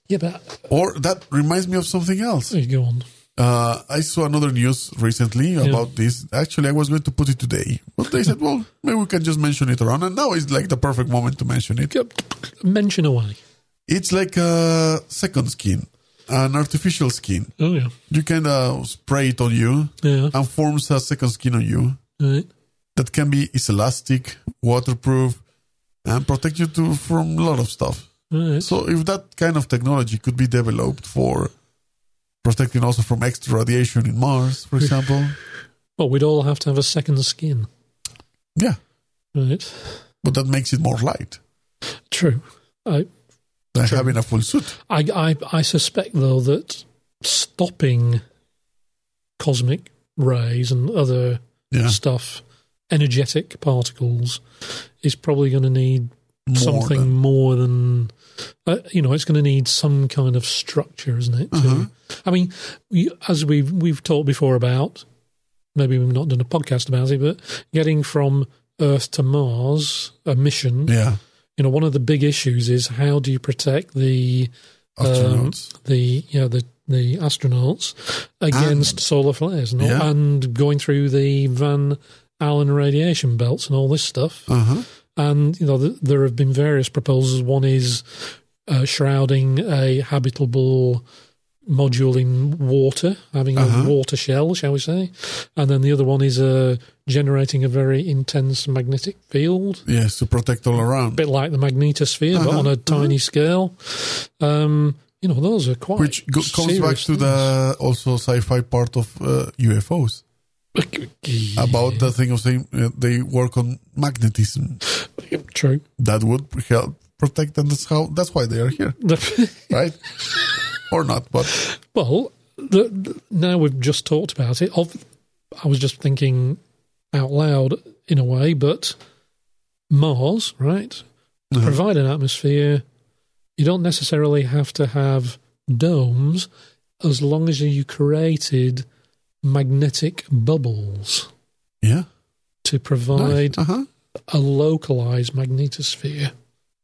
Speaker 2: yeah, but
Speaker 1: Or that reminds me of something else.
Speaker 2: you go on.
Speaker 1: Uh, I saw another news recently about this. Actually, I was going to put it today, but they said, "Well, maybe we can just mention it around." And now is like the perfect moment to mention it.
Speaker 2: Go- Mention away.
Speaker 1: It's like a second skin, an artificial skin.
Speaker 2: Oh yeah,
Speaker 1: You can uh, spray it on you
Speaker 2: yeah,
Speaker 1: and forms a second skin on you
Speaker 2: right.
Speaker 1: that can be is elastic, waterproof, and protect you to, from a lot of stuff.
Speaker 2: right.
Speaker 1: So if that kind of technology could be developed for protecting also from extra radiation in Mars, for example,
Speaker 2: Well, we'd all have to have a second skin,
Speaker 1: yeah,
Speaker 2: right?
Speaker 1: but that makes it more light
Speaker 2: True. I,
Speaker 1: than
Speaker 2: Sure.
Speaker 1: having a full suit.
Speaker 2: I, I, I suspect though that stopping cosmic rays and other
Speaker 1: Yeah,
Speaker 2: stuff, energetic particles, is probably going to need
Speaker 1: more
Speaker 2: something
Speaker 1: than-
Speaker 2: more than uh, you know it's going to need some kind of structure isn't it to-
Speaker 1: Uh-huh.
Speaker 2: i mean we, as we've we've talked before about maybe we've not done a podcast about it but getting from earth to mars a mission
Speaker 1: yeah,
Speaker 2: you know one of the big issues is how do you protect the
Speaker 1: astronauts.
Speaker 2: the you know the the astronauts against solar flares and, all-
Speaker 1: Yeah.
Speaker 2: and going through the van allen radiation belts and all this stuff
Speaker 1: uh huh.
Speaker 2: and you know th- there have been various proposals. One is uh, shrouding a habitable module in water, having
Speaker 1: Uh-huh.
Speaker 2: a water shell, shall we say, and then the other one is uh, generating a very intense magnetic field,
Speaker 1: Yes, to protect all
Speaker 2: a
Speaker 1: around.
Speaker 2: bit like the magnetosphere, but
Speaker 1: Uh-huh,
Speaker 2: on a
Speaker 1: uh-huh.
Speaker 2: tiny scale. Um, you know, those are quite
Speaker 1: Which go- comes back
Speaker 2: serious
Speaker 1: to the also sci-fi part of uh, UFOs.
Speaker 2: things.
Speaker 1: about the thing of saying uh, they work on magnetism.
Speaker 2: true.
Speaker 1: That would help protect, and that's how that's why they are here, right? or not, but
Speaker 2: Well, the, the- now we've just talked about it. Of, I was just thinking out loud in a way, but Mars, right? Provide an atmosphere. You don't necessarily have to have domes as long as you created magnetic bubbles
Speaker 1: yeah,
Speaker 2: to provide
Speaker 1: uh-huh.
Speaker 2: a localized magnetosphere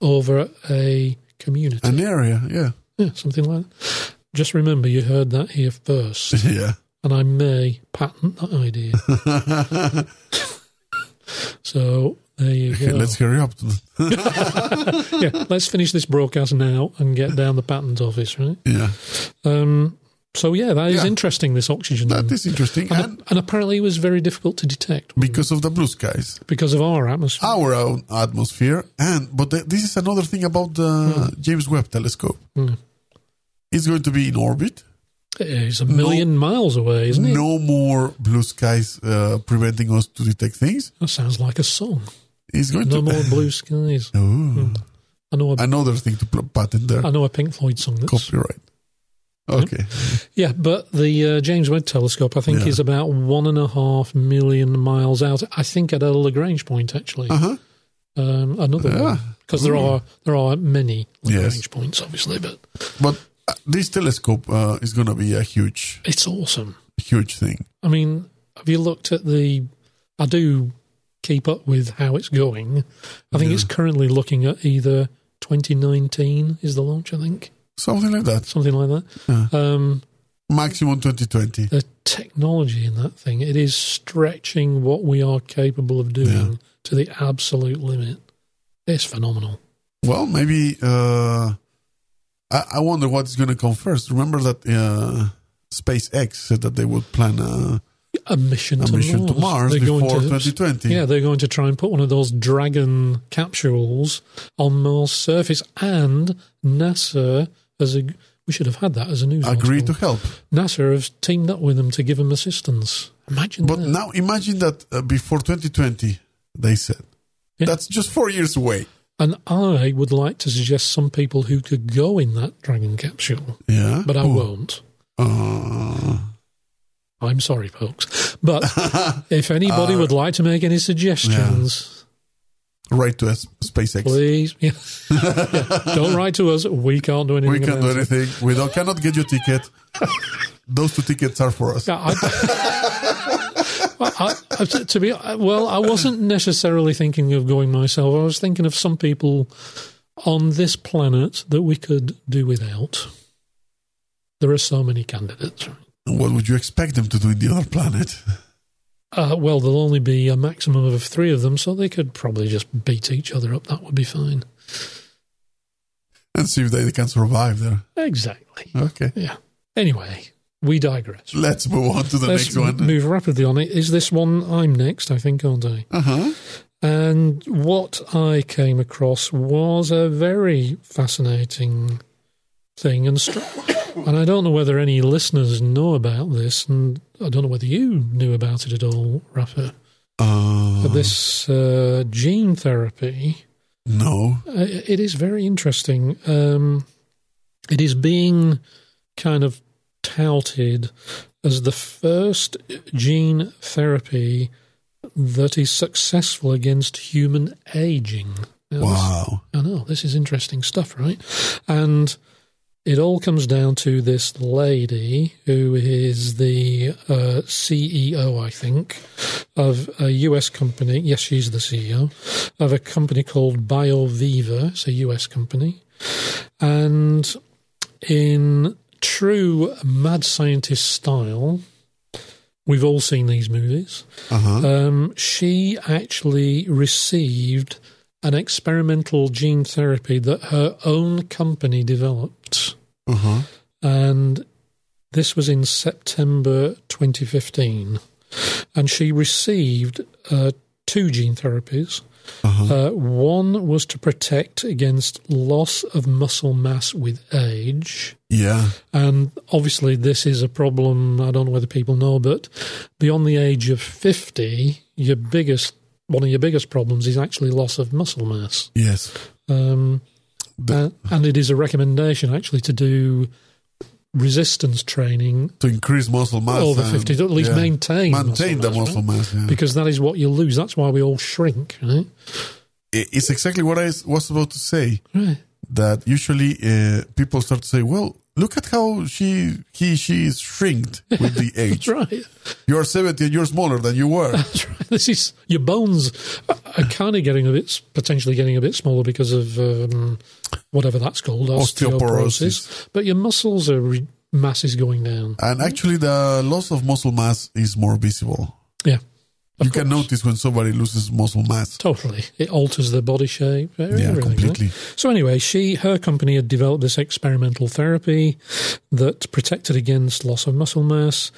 Speaker 2: over a community.
Speaker 1: an area, yeah,
Speaker 2: yeah, something like that. Just remember, you heard that here first.
Speaker 1: yeah.
Speaker 2: and I may patent that idea. so there you
Speaker 1: Okay,
Speaker 2: go.
Speaker 1: let's hurry up.
Speaker 2: yeah, let's finish this broadcast now and get down the patent office, right?
Speaker 1: yeah,
Speaker 2: Um, so yeah, that is
Speaker 1: Yeah.
Speaker 2: interesting. This oxygen,
Speaker 1: that is interesting,
Speaker 2: and,
Speaker 1: and
Speaker 2: and apparently it was very difficult to detect
Speaker 1: because of the blue skies,
Speaker 2: because of our atmosphere.
Speaker 1: our own atmosphere, and but th- this is another thing about the James Webb Telescope.
Speaker 2: Hmm.
Speaker 1: It's going to be in orbit.
Speaker 2: It's a million miles away, isn't it?
Speaker 1: Ah. No more blue skies uh, preventing us to detect things.
Speaker 2: That sounds like a song.
Speaker 1: It's going
Speaker 2: No
Speaker 1: to
Speaker 2: more Hmm. blue skies.
Speaker 1: Oh,
Speaker 2: I know a,
Speaker 1: another thing to pl- patent there.
Speaker 2: I know a Pink Floyd song that's
Speaker 1: Copyright.
Speaker 2: Hmm?
Speaker 1: Okay.
Speaker 2: Yeah, but the uh, James Webb Telescope, I think,
Speaker 1: Yeah.
Speaker 2: is about one and a half million miles out. I think at a Lagrange point, actually.
Speaker 1: Uh huh.
Speaker 2: Um, another
Speaker 1: Yeah. Hmm.
Speaker 2: because there are there are many
Speaker 1: Yes.
Speaker 2: Lagrange points, obviously, but
Speaker 1: But uh, this telescope uh, is going to be a huge,
Speaker 2: it's awesome.
Speaker 1: huge thing.
Speaker 2: I mean, have you looked at the? I do keep up with how it's going. I think it's currently looking at either 2019 is the launch. I think
Speaker 1: Something like that.
Speaker 2: something like that. Um,
Speaker 1: Maximum 2020.
Speaker 2: the technology in that thing it is stretching what we are capable of doing to the absolute limit. It's phenomenal.
Speaker 1: Well, maybe. Uh, I, I wonder what's going to come first. Remember that uh, SpaceX said that they would plan a,
Speaker 2: A mission,
Speaker 1: a
Speaker 2: to,
Speaker 1: mission
Speaker 2: Mars.
Speaker 1: to Mars
Speaker 2: They're
Speaker 1: before
Speaker 2: going to-
Speaker 1: 2020.
Speaker 2: Yeah, they're going to try and put one of those Dragon capsules on Mars' surface, and NASA has a. We should have had that as a news.
Speaker 1: Agree to
Speaker 2: article.
Speaker 1: help.
Speaker 2: NASA has teamed up with them to give them assistance. Imagine
Speaker 1: But
Speaker 2: that.
Speaker 1: now imagine that uh, before 2020, they said.
Speaker 2: Yeah.
Speaker 1: That's just four years away.
Speaker 2: And I would like to suggest some people who could go in that Dragon capsule,
Speaker 1: Yeah.
Speaker 2: but I
Speaker 1: Who?
Speaker 2: won't.
Speaker 1: Oh. Uh,
Speaker 2: I'm sorry, folks. But if
Speaker 1: Uh.
Speaker 2: anybody would like to make any suggestions,
Speaker 1: right to S- SpaceX.
Speaker 2: please yeah. Yeah, don't write to us. We can't do anything.
Speaker 1: We can do
Speaker 2: about it.
Speaker 1: anything. We don't, cannot get your ticket. Those two tickets are for us.
Speaker 2: Yeah, I, Well, I, I- to to be well, I wasn't necessarily thinking of going myself. I was thinking of some people on this planet that we could do without. There are so many candidates.
Speaker 1: What would you expect them to do in the other planet?
Speaker 2: Uh, well, there'll only be a maximum of three of them, so they could probably just beat each other up. That would be fine.
Speaker 1: And see if they can survive there.
Speaker 2: Exactly.
Speaker 1: Okay.
Speaker 2: Yeah. Anyway, we digress.
Speaker 1: Let's move on to the
Speaker 2: Let's
Speaker 1: next one.
Speaker 2: move rapidly on. Is this one? I'm next, I think, aren't I?
Speaker 1: Uh huh.
Speaker 2: And what I came across was a very fascinating thing. And, str and I don't know whether any listeners know about this, and I don't know whether you knew about it at all, Rafa.
Speaker 1: Uh,
Speaker 2: But this uh, gene therapy,
Speaker 1: no.
Speaker 2: uh, it is very interesting. Um, it is being kind of touted as the first gene therapy that is successful against human aging. Now, this-
Speaker 1: Wow.
Speaker 2: I know, this is interesting stuff, right? And it all comes down to this lady who is the uh, CEO, I think, of a US company. Yes, she's the CEO of a company called BioViva. It's a US company. And in true mad scientist style, we've all seen these movies.
Speaker 1: Uh huh.
Speaker 2: Um, she actually received an experimental gene therapy that her own company developed.
Speaker 1: Uh huh.
Speaker 2: And this was in September 2015. And she received uh, two gene therapies. Uh, one was to protect against loss of muscle mass with age.
Speaker 1: Yeah.
Speaker 2: And obviously, this is a problem. I don't know whether people know, but beyond the age of 50, your biggest one of your biggest problems is actually loss of muscle mass.
Speaker 1: Yes.
Speaker 2: Um,
Speaker 1: The-
Speaker 2: a- and it is a recommendation actually to do resistance training
Speaker 1: To increase muscle mass.
Speaker 2: over
Speaker 1: and-
Speaker 2: 50, to at least
Speaker 1: yeah.
Speaker 2: maintain,
Speaker 1: Maintain the
Speaker 2: muscle
Speaker 1: muscle
Speaker 2: mass, right?
Speaker 1: mass. yeah.
Speaker 2: Because that is what you lose. That's why we all shrink, right?
Speaker 1: I- It's exactly what I s- was about to say.
Speaker 2: Right.
Speaker 1: that usually uh, people start to say, "Well, look at how she, he, she is shrinked with the
Speaker 2: That's
Speaker 1: age.
Speaker 2: right.
Speaker 1: You're 70 and you're smaller than you were."
Speaker 2: That's right. This is your bones are- are kind of getting a bit, potentially getting a bit smaller because of um, whatever that's called, osteoporosis.
Speaker 1: Osteoporosis.
Speaker 2: But your muscles are re- mass is going down.
Speaker 1: And actually, the loss of muscle mass is more visible.
Speaker 2: Yeah,
Speaker 1: you can notice when somebody loses muscle mass.
Speaker 2: totally. It alters their body shape.
Speaker 1: Yeah,
Speaker 2: everything, right?
Speaker 1: completely.
Speaker 2: So anyway, she her company had developed this experimental therapy that protected against loss of muscle mass.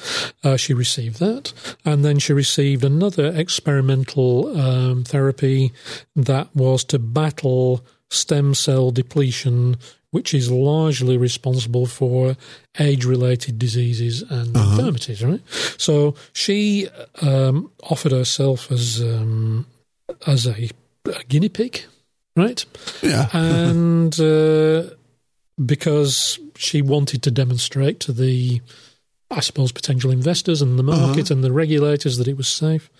Speaker 2: Uh, she received that, and then she received another experimental um, therapy that was to battle stem cell depletion, which is largely responsible for age-related diseases and infirmities. Right. So she um, offered herself as um, as a, a guinea pig, right?
Speaker 1: Yeah,
Speaker 2: and uh, because she wanted to demonstrate to the, I suppose, potential investors and the market and the regulators that it was safe.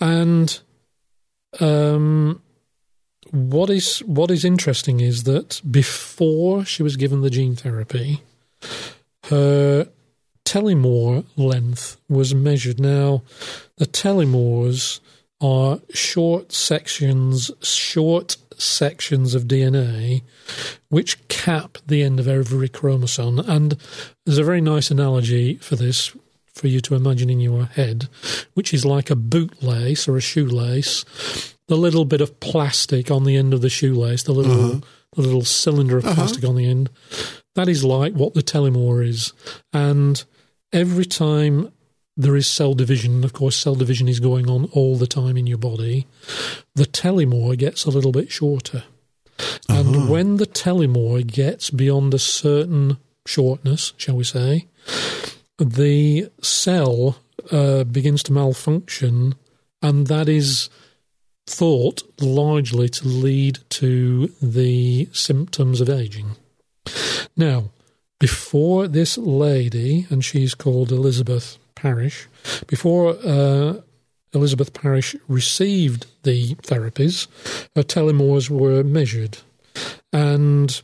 Speaker 2: And um, what is what is interesting is that before she was given the gene therapy, her telomere length was measured. Now, the telomeres are short sections, short sections of DNA, which cap the end of every chromosome. And there's a very nice analogy for this for you to imagine in your head, which is like a bootlace or a shoelace, the little bit of plastic on the end of the shoelace, the little the little cylinder of plastic on the end. That is like what the telomere is. And every time there is cell division, and of course cell division is going on all the time in your body, the telomere gets a little bit shorter. And when the telomere gets beyond a certain shortness, shall we say, the cell uh, begins to malfunction, and that is thought largely to lead to the symptoms of aging. Now, before this lady, and she's called Elizabeth Parish, before uh, Elizabeth Parish received the therapies, her telomeres were measured. And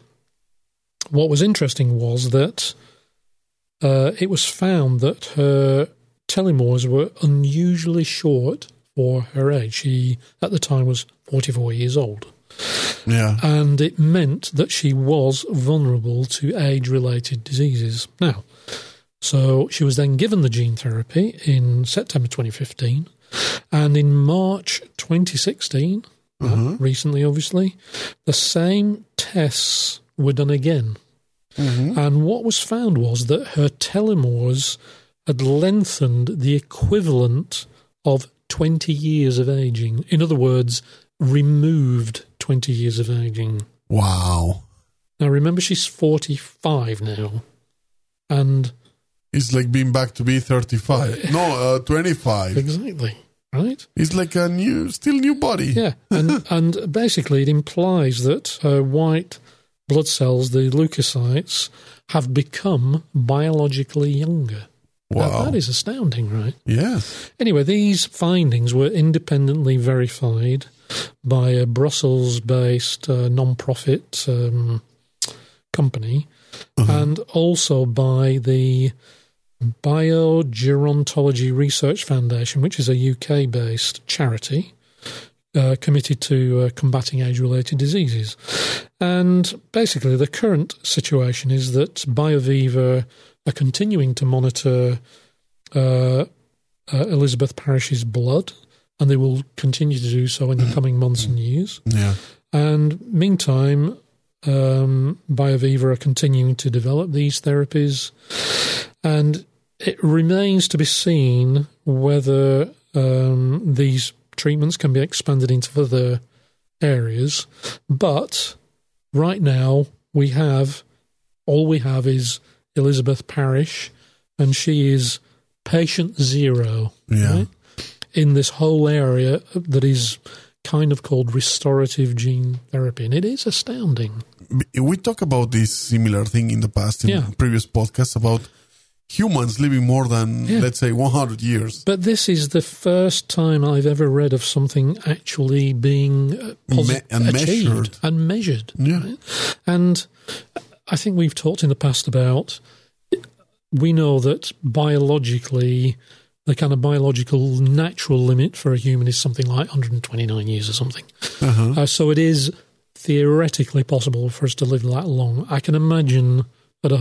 Speaker 2: what was interesting was that uh, it was found that her telomeres were unusually short for her age. She, at the time, was 44 years old.
Speaker 1: Yeah.
Speaker 2: And it meant that she was vulnerable to age related diseases. Now, so she was then given the gene therapy in September 2015. And in March 2016, uh, recently obviously, the same tests were done again. And what was found was that her telomeres had lengthened the equivalent of 20 years of aging. In other words, removed 20 years of aging.
Speaker 1: Wow.
Speaker 2: Now, remember, she's 45 now. And
Speaker 1: It's like being back to be 35. No, uh, 25.
Speaker 2: exactly, right?
Speaker 1: It's like a new, still new body.
Speaker 2: Yeah. And, and basically, it implies that her white blood cells, the leukocytes, have become biologically younger. Now,
Speaker 1: Wow.
Speaker 2: that is astounding, right?
Speaker 1: yes.
Speaker 2: Anyway, these findings were independently verified by a Brussels based uh, non profit um, company and also by the Biogerontology Research Foundation, which is a UK based charity uh, committed to uh, combating age related diseases. And basically, the current situation is that BioViva are continuing to monitor uh, uh, Elizabeth Parrish's blood, and they will continue to do so in the coming months and years.
Speaker 1: Yeah.
Speaker 2: And meantime, um, BioViva are continuing to develop these therapies, and it remains to be seen whether um, these treatments can be expanded into other areas. But right now, we have all we have is Elizabeth Parish, and she is patient zero
Speaker 1: Yeah.
Speaker 2: Right? in this whole area that is kind of called restorative gene therapy. And it is astounding.
Speaker 1: we talk about this similar thing in the past in
Speaker 2: Yeah.
Speaker 1: previous podcasts about humans living more than
Speaker 2: Yeah.
Speaker 1: let's say 100 years
Speaker 2: But this is the first time I've ever read of something actually being uh, posi-
Speaker 1: Me- and
Speaker 2: achieved
Speaker 1: measured.
Speaker 2: and measured.
Speaker 1: yeah
Speaker 2: And I think we've talked in the past about we know that biologically, the kind of biological natural limit for a human is something like 129 years or something.
Speaker 1: Uh-huh.
Speaker 2: Uh, so it is theoretically possible for us to live that long. I can imagine at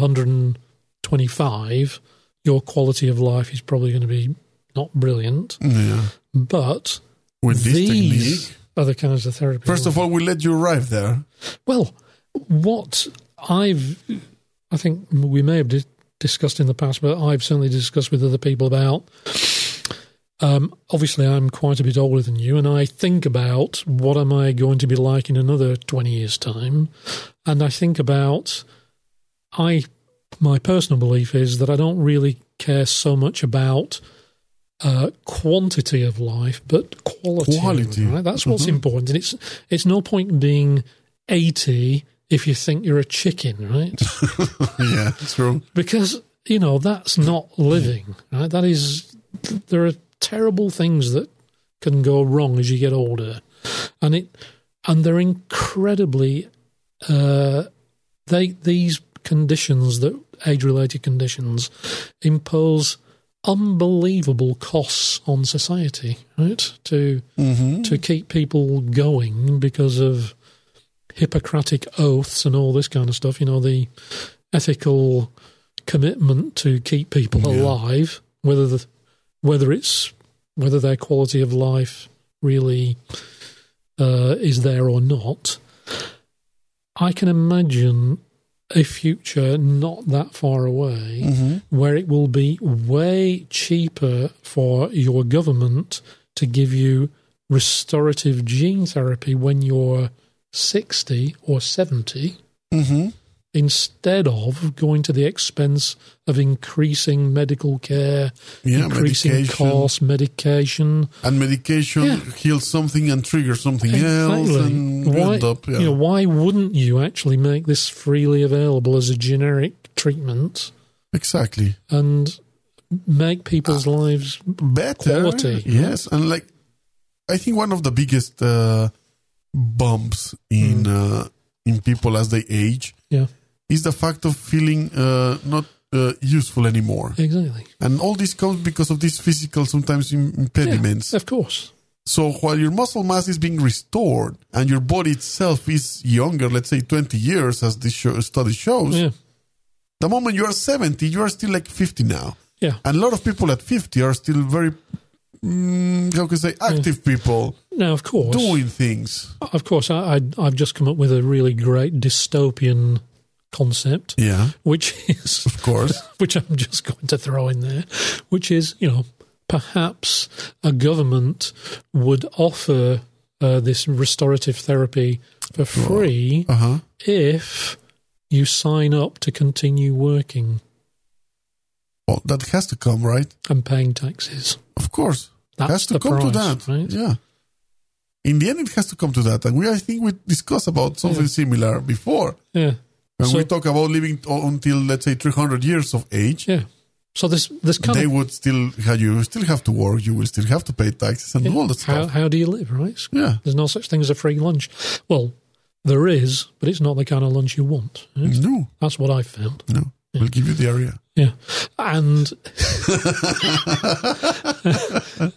Speaker 2: 125, your quality of life is probably going to be not brilliant,
Speaker 1: yeah
Speaker 2: but
Speaker 1: with this
Speaker 2: these
Speaker 1: technique
Speaker 2: are the kinds of therapy.
Speaker 1: first of all we let you arrive there
Speaker 2: Well, what I've, I think we may have di- discussed in the past, but I've certainly discussed with other people about. Um, obviously, I'm quite a bit older than you, and I think about what am I going to be like in another 20 years' time, and I think about I. My personal belief is that I don't really care so much about uh, quantity of life, but quality.
Speaker 1: Quality.
Speaker 2: right? That's what's important, and it's it's no point being 80 if you think you're a chicken, right?
Speaker 1: yeah, true.
Speaker 2: because you know that's not living right that is there are terrible things that can go wrong as you get older and it and they're incredibly uh they these conditions that age related conditions impose unbelievable costs on society right to
Speaker 1: Mm-hmm.
Speaker 2: to keep people going because of hippocratic oaths and all this kind of stuff you know the ethical commitment to keep people alive, whether the, whether it's whether their quality of life really uh, is there or not. I can imagine a future not that far away
Speaker 1: Mm-hmm.
Speaker 2: where it will be way cheaper for your government to give you restorative gene therapy when you're 60 or 70
Speaker 1: Mm-hmm.
Speaker 2: instead of going to the expense of increasing medical care,
Speaker 1: Yeah,
Speaker 2: increasing
Speaker 1: medication.
Speaker 2: costs, medication.
Speaker 1: And medication
Speaker 2: Yeah.
Speaker 1: heals something and triggers something else, and you
Speaker 2: Why,
Speaker 1: end up, yeah.
Speaker 2: you know, why wouldn't you actually make this freely available as a generic treatment
Speaker 1: exactly
Speaker 2: and make
Speaker 1: Ah.
Speaker 2: people's lives?
Speaker 1: better.
Speaker 2: Quality.
Speaker 1: yes, and like I think one of the biggest uh, bumps in uh, in people as they age
Speaker 2: Mm. Yeah,
Speaker 1: is the fact of feeling uh, not uh, useful anymore,
Speaker 2: exactly.
Speaker 1: and all this comes because of these physical sometimes im-
Speaker 2: Yeah,
Speaker 1: impediments.
Speaker 2: of course.
Speaker 1: So while your muscle mass is being restored and your body itself is younger, let's say 20 years, as this show, study shows,
Speaker 2: Yeah,
Speaker 1: the moment you are 70, you are still like 50 now.
Speaker 2: yeah.
Speaker 1: And a lot of people at 50 are still very, mm, how can I say, active people
Speaker 2: Now, of course,
Speaker 1: doing things.
Speaker 2: of course, I, I, I've just come up with a really great dystopian concept,
Speaker 1: Yeah,
Speaker 2: which is
Speaker 1: of course.
Speaker 2: which I'm just going to throw in there, which is, you know, perhaps a government would offer uh, this restorative therapy for free
Speaker 1: Uh huh.
Speaker 2: if you sign up to continue working
Speaker 1: Well, that has to come, right?
Speaker 2: and paying taxes.
Speaker 1: Of course.
Speaker 2: That's
Speaker 1: has to
Speaker 2: the
Speaker 1: come to
Speaker 2: price,
Speaker 1: that.
Speaker 2: right?
Speaker 1: Yeah. In the end, it has to come to that. And we, I think we discussed about something similar before.
Speaker 2: Yeah.
Speaker 1: When
Speaker 2: So-
Speaker 1: we talk about living t- until let's say 300 years of age,
Speaker 2: Yeah. So this this kind
Speaker 1: they
Speaker 2: of
Speaker 1: would still have you still have to work, you will still have to pay taxes and all that
Speaker 2: how,
Speaker 1: stuff.
Speaker 2: how do you live, right? It's-
Speaker 1: Yeah,
Speaker 2: There's no such thing as a free lunch. Well, there is, but it's not the kind of lunch you want. right?
Speaker 1: no,
Speaker 2: That's what I found.
Speaker 1: no, we'll give you the area.
Speaker 2: Yeah, and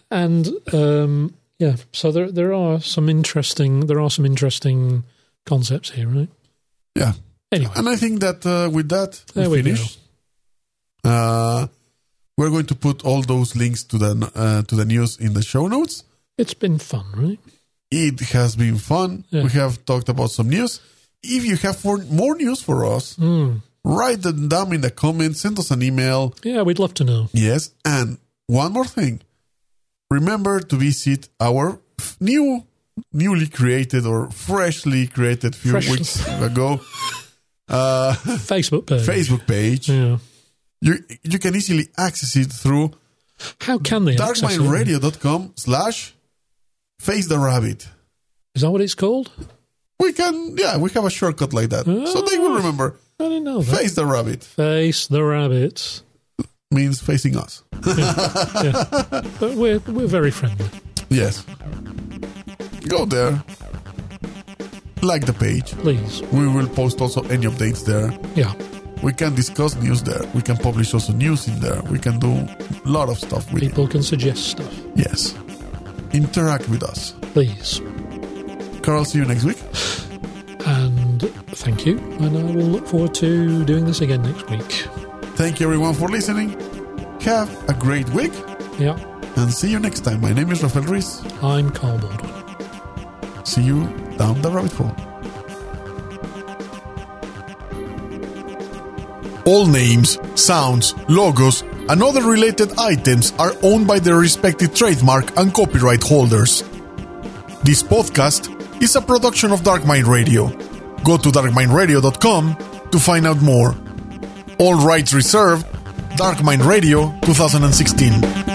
Speaker 2: and um, yeah, so there there are some interesting there are some interesting concepts here, right?
Speaker 1: Yeah,
Speaker 2: Anyway,
Speaker 1: and I think that uh, with that
Speaker 2: There
Speaker 1: we
Speaker 2: we go.
Speaker 1: finish. Uh, we're going to put all those links to the uh, to the news in the show notes.
Speaker 2: it's been fun, right?
Speaker 1: It has been fun.
Speaker 2: Yeah.
Speaker 1: We have talked about some news. If you have for more news for us, write them down in the comments. Send us an email.
Speaker 2: Yeah, we'd love to know.
Speaker 1: Yes, and one more thing. Remember to visit our f- new, newly created or freshly created few
Speaker 2: Fresh.
Speaker 1: weeks ago uh,
Speaker 2: Facebook page.
Speaker 1: Facebook page.
Speaker 2: Yeah.
Speaker 1: You you can easily access it through
Speaker 2: How can they? access it?
Speaker 1: darkmindradio.com slash face the rabbit.
Speaker 2: Is that what it's called?
Speaker 1: We can, yeah, we have a shortcut like that. So they will remember
Speaker 2: I didn't know that.
Speaker 1: face the rabbit
Speaker 2: Face the rabbits.
Speaker 1: means facing us.
Speaker 2: But we're we're very friendly.
Speaker 1: Yes. Go there. Like the page.
Speaker 2: Please.
Speaker 1: We will post also any updates there.
Speaker 2: Yeah.
Speaker 1: We can discuss news there. We can publish also news in there. We can do a lot of stuff with
Speaker 2: People can suggest stuff.
Speaker 1: it. Yes. Interact with us.
Speaker 2: Please.
Speaker 1: Carl, see you next week.
Speaker 2: And thank you. And I will look forward to doing this again next week.
Speaker 1: Thank you everyone for listening. Have a great week
Speaker 2: Yeah,
Speaker 1: and see you next time. My name is Rafael Ruiz.
Speaker 2: I'm Carl Baldwin.
Speaker 1: See you down the rabbit hole. All names, sounds, logos, and other related items are owned by their respective trademark and copyright holders. This podcast is a production of Dark Mind Radio. Go to darkmindradio.com to find out more. All rights reserved. Dark Mind Radio 2016.